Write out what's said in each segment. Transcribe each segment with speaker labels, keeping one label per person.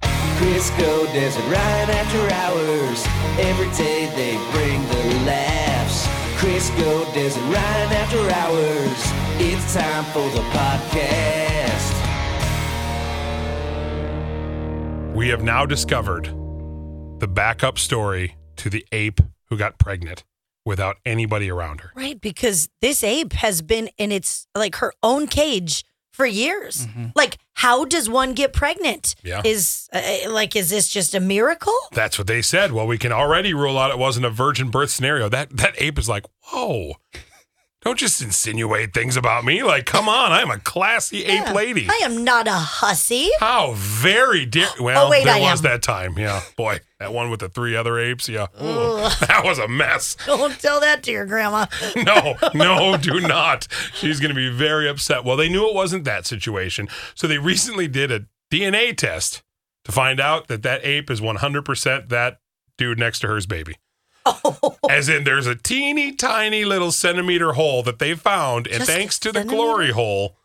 Speaker 1: Crisco Desert right after hours. Every day they bring the laughs. Crisco Desert right after hours. It's time for the podcast.
Speaker 2: We have now discovered the backup story to the ape who got pregnant without anybody around her.
Speaker 3: Right, because this ape has been in its like her own cage for years. Like, how does one get pregnant?
Speaker 2: Mm-hmm. Yeah.
Speaker 3: Is uh, like, is this just a miracle?
Speaker 2: That's what they said. Well, we can already rule out it wasn't a virgin birth scenario. That that ape is like, whoa. Don't just insinuate things about me. Like, come on, I'm a classy
Speaker 3: Yeah.
Speaker 2: ape lady.
Speaker 3: I am not a hussy.
Speaker 2: How very dare! Well,
Speaker 3: wait,
Speaker 2: there
Speaker 3: I
Speaker 2: was
Speaker 3: am.
Speaker 2: that time. Yeah, boy, that one with the three other apes. Yeah, Ooh, that was a mess.
Speaker 3: Don't tell that to your grandma.
Speaker 2: no, no, do not. She's going to be very upset. Well, they knew it wasn't that situation. So they recently did a DNA test to find out that that ape is 100% that dude next to her's baby.
Speaker 3: Oh.
Speaker 2: As in, there's a teeny tiny little centimeter hole that they found, and
Speaker 3: Just a
Speaker 2: thanks to the
Speaker 3: centimeter?
Speaker 2: glory hole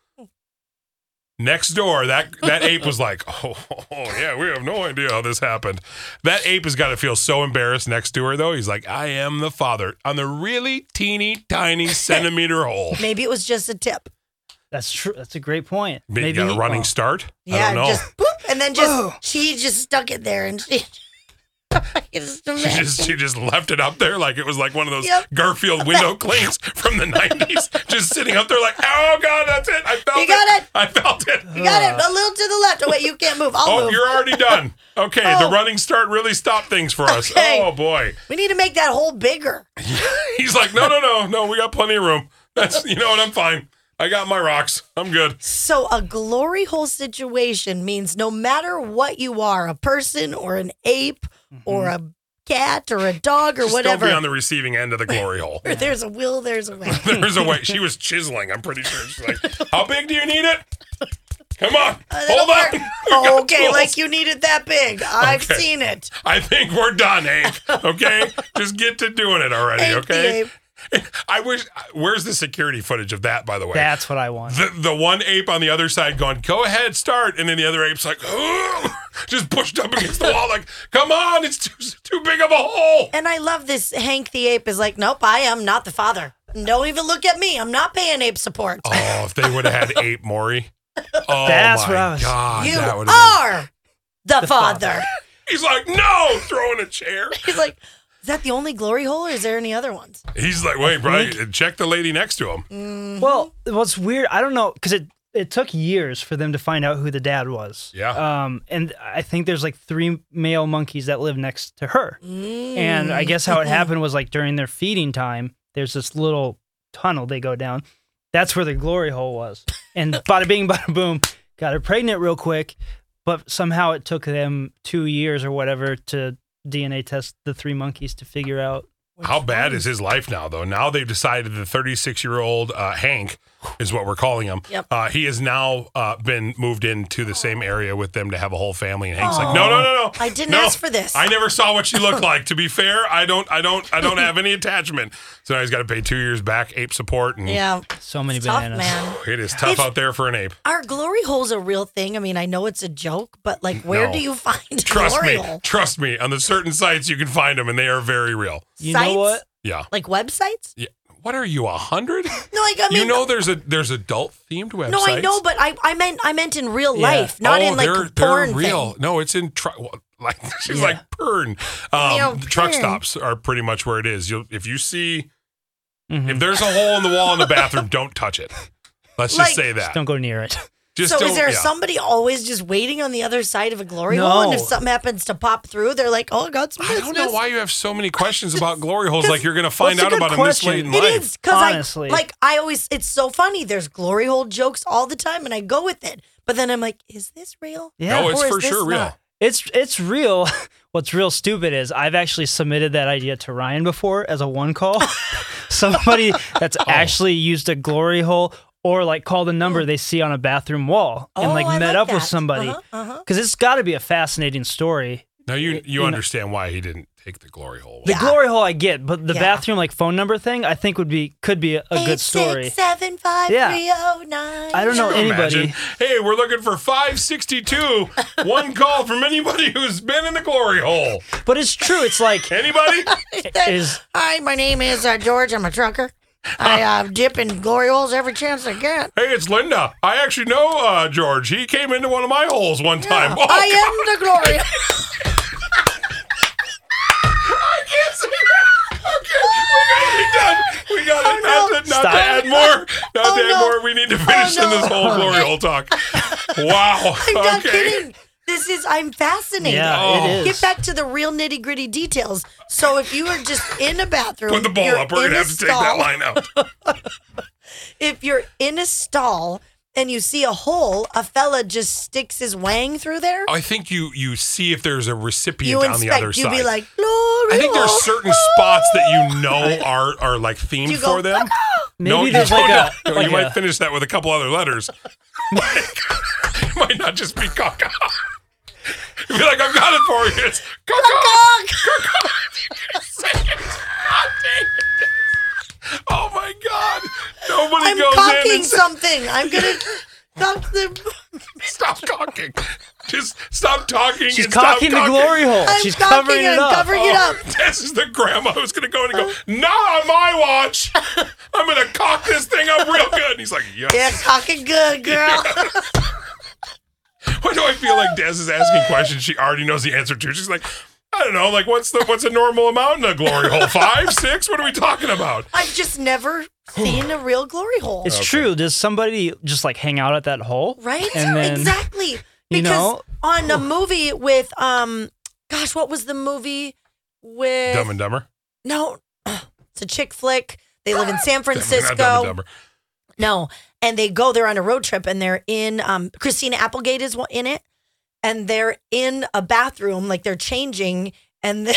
Speaker 2: next door, that that ape was like, oh, oh, oh, yeah, we have no idea how this happened." That ape has got to feel so embarrassed next to her, though. He's like, "I am the father on the really teeny tiny centimeter hole."
Speaker 3: Maybe it was just a tip.
Speaker 4: That's true. That's a great point.
Speaker 2: Maybe you got a
Speaker 4: he-
Speaker 2: running
Speaker 4: oh.
Speaker 2: start. I
Speaker 3: Yeah,
Speaker 2: don't know.
Speaker 3: just boop, and then just she just stuck it there, and she. I can just
Speaker 2: she
Speaker 3: imagine.
Speaker 2: just she just left it up there like it was like one of those
Speaker 3: Yep.
Speaker 2: Garfield window clings from the nineties, just sitting up there like, oh god, that's it. I felt
Speaker 3: You got it.
Speaker 2: I felt it.
Speaker 3: You got it a little to the left. Oh wait, you can't move. I'll
Speaker 2: uh. Oh,
Speaker 3: move.
Speaker 2: you're already done. Okay,
Speaker 3: Oh.
Speaker 2: the running start really stopped things for us.
Speaker 3: Okay.
Speaker 2: Oh boy,
Speaker 3: We need to make that hole bigger.
Speaker 2: he's like, no, no, no, no. We got plenty of room. That's you know what? I'm fine. I got my rocks. I'm good.
Speaker 3: So, a glory hole situation means no matter what you are a person or an ape or a cat or a dog
Speaker 2: Mm-hmm.
Speaker 3: or
Speaker 2: Just
Speaker 3: whatever
Speaker 2: don't be on the receiving end of the glory hole.
Speaker 3: where there's a will, there's a way.
Speaker 2: There's a way. She was chiseling. I'm pretty sure. She's like, how big do you need it? Come on,
Speaker 3: Uh, they
Speaker 2: hold
Speaker 3: don't
Speaker 2: on.
Speaker 3: work.
Speaker 2: We got
Speaker 3: okay,
Speaker 2: tools.
Speaker 3: like you need it that big. I've
Speaker 2: Okay.
Speaker 3: seen it.
Speaker 2: I think we're done, Hank. Okay, just get to doing it already.
Speaker 3: Ape the
Speaker 2: okay.
Speaker 3: ape.
Speaker 2: I wish. Where's the security footage of that? By the way,
Speaker 4: That's what I want.
Speaker 2: the, the one ape on the other side going, go ahead, start. And then the other ape's like, "Ugh," just pushed up against the wall, like, come on, it's too, too big of a hole.
Speaker 3: And I love this. Hank the ape is like, nope, I am not the father. Don't even look at me. I'm not paying ape support.
Speaker 2: Oh, if they would have had ape Maury. Oh,
Speaker 4: That's
Speaker 2: my
Speaker 4: what I was-
Speaker 2: God.
Speaker 3: you
Speaker 2: that
Speaker 3: are
Speaker 2: would have
Speaker 3: the,
Speaker 4: father.
Speaker 3: father.
Speaker 2: been. He's like, no, throwing a chair.
Speaker 3: He's like, is that the only glory hole or is there any other ones?
Speaker 2: He's like, wait, Brian, check the lady next to him.
Speaker 4: Well, what's weird, I don't know, because it it took years for them to find out who the dad was.
Speaker 2: Yeah.
Speaker 4: Um, and I think there's like three male monkeys that live next to her. And I guess how it happened was like during their feeding time, there's this little tunnel they go down. That's where the glory hole was. And bada bing, bada boom, got her pregnant real quick. But somehow it took them two years or whatever to DNA test the three monkeys to figure out.
Speaker 2: How bad is his life now, though? Now they've decided the 36 year old uh, Hank is what we're calling him.
Speaker 3: Yep.
Speaker 2: Uh, he has now uh, been moved into the same area with them to have a whole family. And Hank's like, no, no, no, no.
Speaker 3: I didn't
Speaker 2: no.
Speaker 3: ask for this."
Speaker 2: I never saw what she looked like. to be fair, I don't, I don't, I don't have any attachment. So now he's got to pay two years back ape support, and
Speaker 3: Yeah.
Speaker 4: So many
Speaker 3: It's tough,
Speaker 4: bananas.
Speaker 3: man.
Speaker 2: it is tough
Speaker 3: It's-
Speaker 2: out there for an ape.
Speaker 3: Are glory holes a real thing? I mean, I know it's a joke, but like, where
Speaker 2: No.
Speaker 3: do you find a
Speaker 2: Trust
Speaker 3: glory
Speaker 2: me,
Speaker 3: hole?
Speaker 2: trust me. On the certain sites, you can find them, and they are very real.
Speaker 4: You
Speaker 3: Sites?
Speaker 4: know what?
Speaker 2: Yeah.
Speaker 3: Like websites?
Speaker 2: Yeah. What are you, a hundred?
Speaker 3: No, like, I mean,
Speaker 2: you know, there's a there's adult themed websites.
Speaker 3: no, I know, but I, I meant, I meant in real
Speaker 4: Yeah. Oh,
Speaker 3: life, not in like a porn
Speaker 2: Oh, real.
Speaker 3: thing.
Speaker 2: No, it's in tri- well, like she's
Speaker 4: Yeah.
Speaker 2: like pern.
Speaker 3: Yeah,
Speaker 2: Um, the truck
Speaker 3: pern.
Speaker 2: stops are pretty much where it is. You'll if you see
Speaker 4: Mhm.
Speaker 2: if there's a hole in the wall in the bathroom, don't touch it. Let's just
Speaker 3: Like-
Speaker 2: say
Speaker 4: Just
Speaker 2: that.
Speaker 4: don't go near it.
Speaker 2: Just
Speaker 3: so is there
Speaker 2: yeah.
Speaker 3: somebody always just waiting on the other side of a glory
Speaker 4: No.
Speaker 3: hole, and if something happens to pop through, they're like, "Oh, I got some
Speaker 2: I
Speaker 3: business."
Speaker 2: don't know why you have so many questions about glory holes. Like you're going to
Speaker 4: That's
Speaker 2: find
Speaker 4: a
Speaker 2: out
Speaker 4: good
Speaker 2: about them this late
Speaker 4: question.
Speaker 2: in
Speaker 3: It
Speaker 2: life.
Speaker 3: is because I
Speaker 4: Honestly.
Speaker 3: like I always. It's so funny. There's glory hole jokes all the time, and I go with it. But then I'm like, "Is this real?"
Speaker 4: Yeah.
Speaker 2: No, it's
Speaker 3: Or is
Speaker 2: for
Speaker 3: this
Speaker 2: sure real.
Speaker 3: not?
Speaker 4: It's it's real. What's real stupid is I've actually submitted that idea to Ryan before as a one call. Somebody that's
Speaker 2: Oh.
Speaker 4: actually used a glory hole or like called a number they see on a bathroom wall and
Speaker 3: Oh,
Speaker 4: like
Speaker 3: I
Speaker 4: met
Speaker 3: like
Speaker 4: up with
Speaker 3: that.
Speaker 4: somebody
Speaker 3: Uh-huh, uh-huh.
Speaker 4: because it's got to be a fascinating story.
Speaker 2: Now you you
Speaker 4: know-
Speaker 2: understand why he didn't take the glory hole.
Speaker 4: The glory hole I get, but the
Speaker 3: Yeah.
Speaker 4: bathroom like phone number thing I think would be could be a, a good story. Yeah.
Speaker 3: oh,
Speaker 4: I don't know
Speaker 2: Can you
Speaker 4: anybody.
Speaker 2: imagine? Hey, we're looking for 562. One call from anybody who's been in the glory hole.
Speaker 4: But it's true. It's like
Speaker 2: Anybody?
Speaker 4: is-
Speaker 3: Hi, my name is uh, George. I'm a trucker. I uh, dip in glory holes every chance I get.
Speaker 2: Hey, it's Linda. I actually know uh, George. He came into one of my holes one time. Oh,
Speaker 3: I am the glory.
Speaker 2: can't say that. Okay, we gotta be done. We gotta
Speaker 3: Oh, no.
Speaker 2: not, to, not
Speaker 4: Stop.
Speaker 2: to add more. Not to
Speaker 3: Oh,
Speaker 2: add
Speaker 3: no.
Speaker 2: more. We need to finish
Speaker 3: Oh,
Speaker 2: in this
Speaker 3: no.
Speaker 2: whole glory hole talk. Wow.
Speaker 3: I'm not
Speaker 2: okay.
Speaker 3: kidding. This is, I'm fascinated.
Speaker 4: yeah,
Speaker 2: Oh.
Speaker 4: it is.
Speaker 3: Get back to the real nitty gritty details. So if you are just in a bathroom,
Speaker 2: Put the ball
Speaker 3: you're
Speaker 2: up. We're
Speaker 3: in
Speaker 2: gonna
Speaker 3: a
Speaker 2: have to take that
Speaker 3: stall.
Speaker 2: line out.
Speaker 3: If you're in a stall and you see a hole, a fella just sticks his wang through there.
Speaker 2: I think you you see if there's a recipient
Speaker 3: you
Speaker 2: on the
Speaker 3: inspect.
Speaker 2: other
Speaker 3: You'd
Speaker 2: side.
Speaker 3: be like, glory.
Speaker 2: I think there's
Speaker 3: hole.
Speaker 2: certain spots that you know are are like themed
Speaker 3: You go,
Speaker 2: for them.
Speaker 4: Maybe
Speaker 2: no,
Speaker 4: there's
Speaker 2: you don't
Speaker 4: like a-
Speaker 2: know.
Speaker 4: like
Speaker 2: you might
Speaker 4: a-
Speaker 2: finish that with a couple other letters. it might not just be caca. You'd be like, I've got it for you. It's caca. Oh my god! Nobody
Speaker 3: I'm
Speaker 2: goes in
Speaker 3: cocking
Speaker 2: and says,
Speaker 3: something. I'm gonna cock the.
Speaker 2: "Stop cocking." Just stop talking.
Speaker 4: She's
Speaker 2: and stop
Speaker 4: cocking the glory hole.
Speaker 3: I'm
Speaker 4: She's
Speaker 3: cocking
Speaker 4: covering
Speaker 3: it.
Speaker 4: it
Speaker 3: I'm
Speaker 4: up. Oh.
Speaker 3: covering it up.
Speaker 2: Oh, This is the grandma who's gonna go in and go, not on my watch. I'm gonna cock this thing up real good. And he's like, yes.
Speaker 3: Yeah, cocking good, girl.
Speaker 2: Why do I feel like Des is asking questions she already knows the answer to? She's like, I don't know, like what's the what's a normal amount in a glory hole? Five, six? What are we talking about?
Speaker 3: I've just never seen a real glory hole.
Speaker 4: It's true. Does somebody just like hang out at that hole?
Speaker 3: Right?
Speaker 4: And then
Speaker 3: exactly. Because
Speaker 4: you know-
Speaker 3: on a movie with um gosh, what was the movie with
Speaker 2: Dumb and dumber.
Speaker 3: No. It's a chick flick. They live in San Francisco.
Speaker 2: Not dumb and dumber.
Speaker 3: No, and they go. They're on a road trip, and they're in. Um, Christina Applegate is in it, and they're in a bathroom, like they're changing, and the,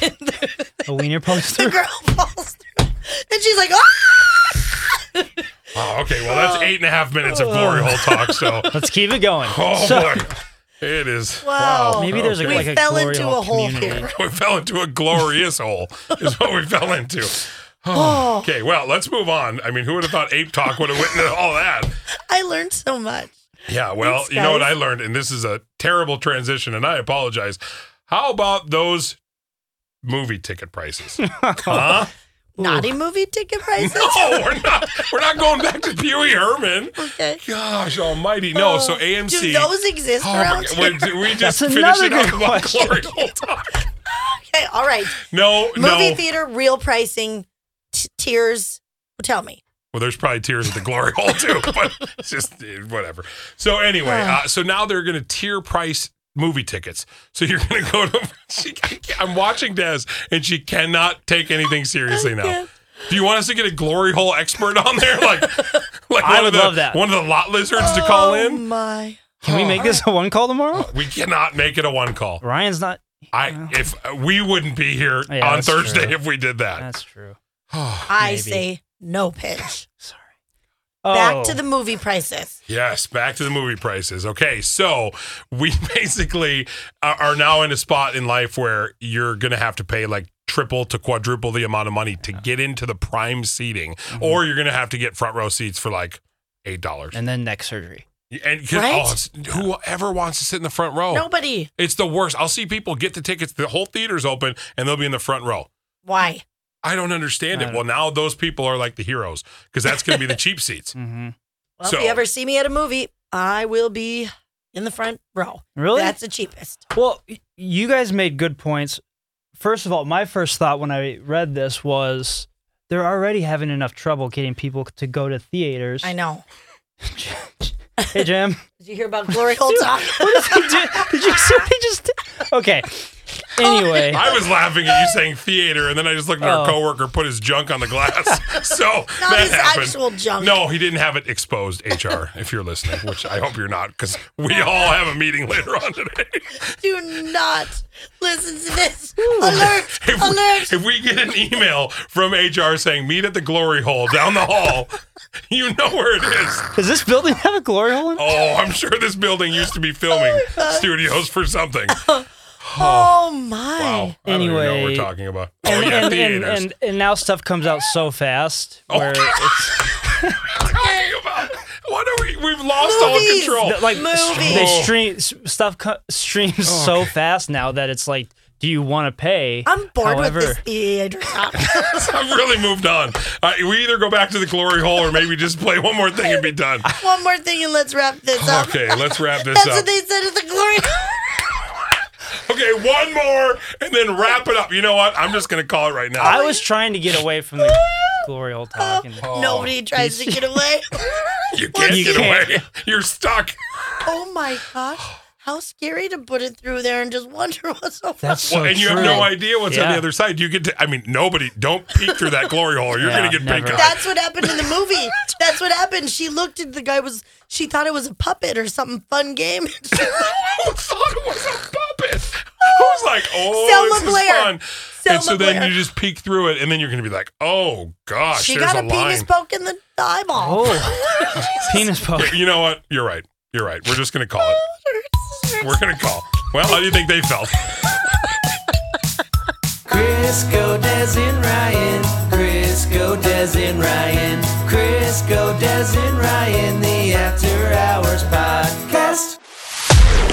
Speaker 3: the,
Speaker 4: a wiener pulls through.
Speaker 3: girl falls through, and she's like, "Ah!"
Speaker 2: Oh, okay. Well, that's eight and a half minutes of glory hole talk. So,
Speaker 4: Let's keep it going.
Speaker 2: oh
Speaker 4: So,
Speaker 2: boy, it is.
Speaker 3: Wow.
Speaker 4: Maybe there's a,
Speaker 2: Okay.
Speaker 4: like
Speaker 3: We
Speaker 4: a
Speaker 3: fell
Speaker 4: glory
Speaker 3: into
Speaker 4: hole
Speaker 3: a hole
Speaker 4: community.
Speaker 3: here.
Speaker 2: we fell into a glorious hole is what we fell into
Speaker 3: Oh,
Speaker 2: okay well let's move on i mean who would have thought ape talk would have went into all that
Speaker 3: I learned so much.
Speaker 2: yeah well
Speaker 3: Thanks,
Speaker 2: you know what
Speaker 3: guys.
Speaker 2: i learned and this is a terrible transition and i apologize how about those movie ticket prices huh
Speaker 3: Naughty movie ticket prices.
Speaker 2: no we're not we're not going back to Pee-wee herman
Speaker 3: Okay.
Speaker 2: gosh almighty no so
Speaker 3: Oh,
Speaker 2: amc
Speaker 3: Do those exist
Speaker 2: Oh, my
Speaker 3: around
Speaker 2: God. Wait,
Speaker 3: here?
Speaker 2: we just
Speaker 4: That's
Speaker 2: finished
Speaker 4: another
Speaker 2: it up
Speaker 4: good
Speaker 2: about
Speaker 4: question.
Speaker 2: glory hole talk.
Speaker 3: Okay, all right.
Speaker 2: No,
Speaker 3: Movie
Speaker 2: no.
Speaker 3: theater, real pricing, t- tiers. Tell me.
Speaker 2: Well, there's probably tears at the glory hole too, but it's just eh, whatever. So anyway, uh, so now they're going to tier price movie tickets. So you're going to go to. She, I'm watching Des, and she cannot take anything seriously now. Do you want us to get a glory hole expert on there, like, like one
Speaker 4: I
Speaker 2: of
Speaker 4: would
Speaker 2: the
Speaker 4: love that.
Speaker 2: one of the lot lizards to call in?
Speaker 3: Oh my.
Speaker 4: Can we make this a one call tomorrow?
Speaker 2: We cannot make it a one call.
Speaker 4: Ryan's not.
Speaker 2: I if we wouldn't be here
Speaker 4: Yeah,
Speaker 2: on
Speaker 4: that's
Speaker 2: Thursday
Speaker 4: true.
Speaker 2: if we did that.
Speaker 4: That's true.
Speaker 3: I
Speaker 4: Maybe.
Speaker 3: say no pitch.
Speaker 4: Sorry.
Speaker 3: Back
Speaker 4: Oh.
Speaker 3: to the movie prices.
Speaker 2: Yes, back to the movie prices. Okay, so we basically are- are now in a spot in life where you're going to have to pay like triple to quadruple the amount of money to get into the prime seating, or you're going to have to get front row seats for like eight dollars. And,
Speaker 4: and then neck surgery.
Speaker 2: 'cause-
Speaker 3: Right?
Speaker 2: oh, it's- whoever wants to sit in the front row,
Speaker 3: Nobody.
Speaker 2: it's the worst. I'll see people get the tickets, the whole theater's open, and they'll be in the front row.
Speaker 3: Why?
Speaker 2: I don't understand
Speaker 4: I
Speaker 2: it.
Speaker 4: don't-
Speaker 2: Well, now those people are like the heroes because that's going to be the cheap seats.
Speaker 4: Mm-hmm.
Speaker 3: Well,
Speaker 2: So-
Speaker 3: if you ever see me at a movie, I will be in the front row.
Speaker 4: Really?
Speaker 3: That's the cheapest.
Speaker 4: Well, y- you guys made good points. First of all, my first thought when I read this was they're already having enough trouble getting people to go to theaters.
Speaker 3: I know.
Speaker 4: hey, Jim.
Speaker 3: Did you hear about glory hole talk?
Speaker 4: did, you, did you see what they just did? Okay.
Speaker 3: Oh,
Speaker 4: Anyway,
Speaker 2: I was laughing at you saying theater, and then I just looked at our
Speaker 4: Oh.
Speaker 2: coworker put his junk on the glass. so
Speaker 3: Not
Speaker 2: that
Speaker 3: his
Speaker 2: happened.
Speaker 3: actual junk.
Speaker 2: No, he didn't have it exposed. HR, if you're listening, which I hope you're not, because we all have a meeting later on today.
Speaker 3: Do not listen to this. Alert!
Speaker 2: If
Speaker 3: Alert!
Speaker 2: we, if we get an email from HR saying meet at the glory hole down the hall, you know where it is.
Speaker 4: does this building have a glory hole? In it?
Speaker 2: Oh, I'm sure this building used to be
Speaker 4: Oh
Speaker 2: filming studios for something.
Speaker 3: Oh my!
Speaker 2: Wow. I don't even know what we're
Speaker 4: Anyway.
Speaker 2: talking about. Oh,
Speaker 4: and,
Speaker 2: yeah,
Speaker 4: and, and,
Speaker 2: theaters.
Speaker 4: and, and now stuff comes out so fast. Where
Speaker 2: talking about? What are we? We've lost
Speaker 3: Movies.
Speaker 2: all control.
Speaker 4: it's, like
Speaker 3: Movies.
Speaker 4: they stream s- stuff co- streams so fast now that it's like, do you want to pay?
Speaker 3: I'm bored
Speaker 4: However,
Speaker 3: with this E theater talk.
Speaker 2: I've really moved on. Uh, we either go back to the glory hole or maybe just play one more thing and be done.
Speaker 3: One more thing, and let's wrap this up.
Speaker 2: Okay, let's wrap this
Speaker 3: That's
Speaker 2: up.
Speaker 3: what they said at the glory.
Speaker 2: Okay, one more and then wrap it up. You know what? I'm just going to call it right now.
Speaker 4: I was trying to get away from the glory hole talk. And
Speaker 3: Oh. Nobody tries to get away.
Speaker 2: you can't
Speaker 4: You
Speaker 2: get
Speaker 4: can't.
Speaker 2: away. You're stuck.
Speaker 3: oh my gosh! How scary to put it through there and just wonder what's over.
Speaker 4: that's so
Speaker 2: Well, and you
Speaker 4: true.
Speaker 2: have no idea what's on the
Speaker 4: Yeah.
Speaker 2: other side. You get to, I mean, nobody, don't peek through that glory hole or you're
Speaker 4: Yeah,
Speaker 2: going to get
Speaker 4: never.
Speaker 2: pink eye.
Speaker 3: That's what happened in the movie. That's what happened. She looked at the guy was. She thought it was a puppet or something fun game.
Speaker 2: Who thought it was a puppet? Who's like, oh,
Speaker 3: Selma
Speaker 2: this is
Speaker 3: Blair.
Speaker 2: fun.
Speaker 3: Selma
Speaker 2: and so then
Speaker 3: Blair.
Speaker 2: you just peek through it, and then you're going to be like, oh gosh,
Speaker 3: she
Speaker 2: there's
Speaker 3: got a,
Speaker 2: a,
Speaker 3: penis
Speaker 2: line.
Speaker 3: poke in the eyeball.
Speaker 4: Oh, penis poke.
Speaker 2: you know what? You're right. You're right. We're just going to call it. We're going to call. Well, how do you think they felt?
Speaker 1: Crisco Des and Ryan. Crisco Des and Ryan. Crisco Des and Ryan. The After Hours Podcast.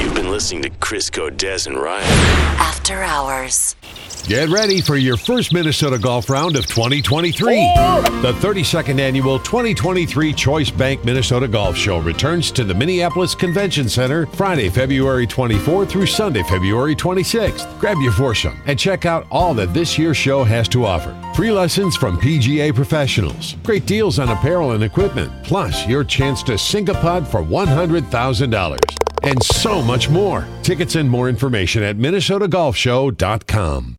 Speaker 5: You've been listening to Crisco, Des, and Ryan.
Speaker 6: After Hours.
Speaker 7: Get ready for your first Minnesota Golf Round of 2023. The 32nd annual 2023 Choice Bank Minnesota Golf Show returns to the Minneapolis Convention Center Friday, February 24 through Sunday, February 26th. Grab your foursome and check out all that this year's show has to offer. Free lessons from PGA professionals, great deals on apparel and equipment, plus your chance to sink a pod for $100,000. And so much more. Tickets and more information at MinnesotaGolfShow.com.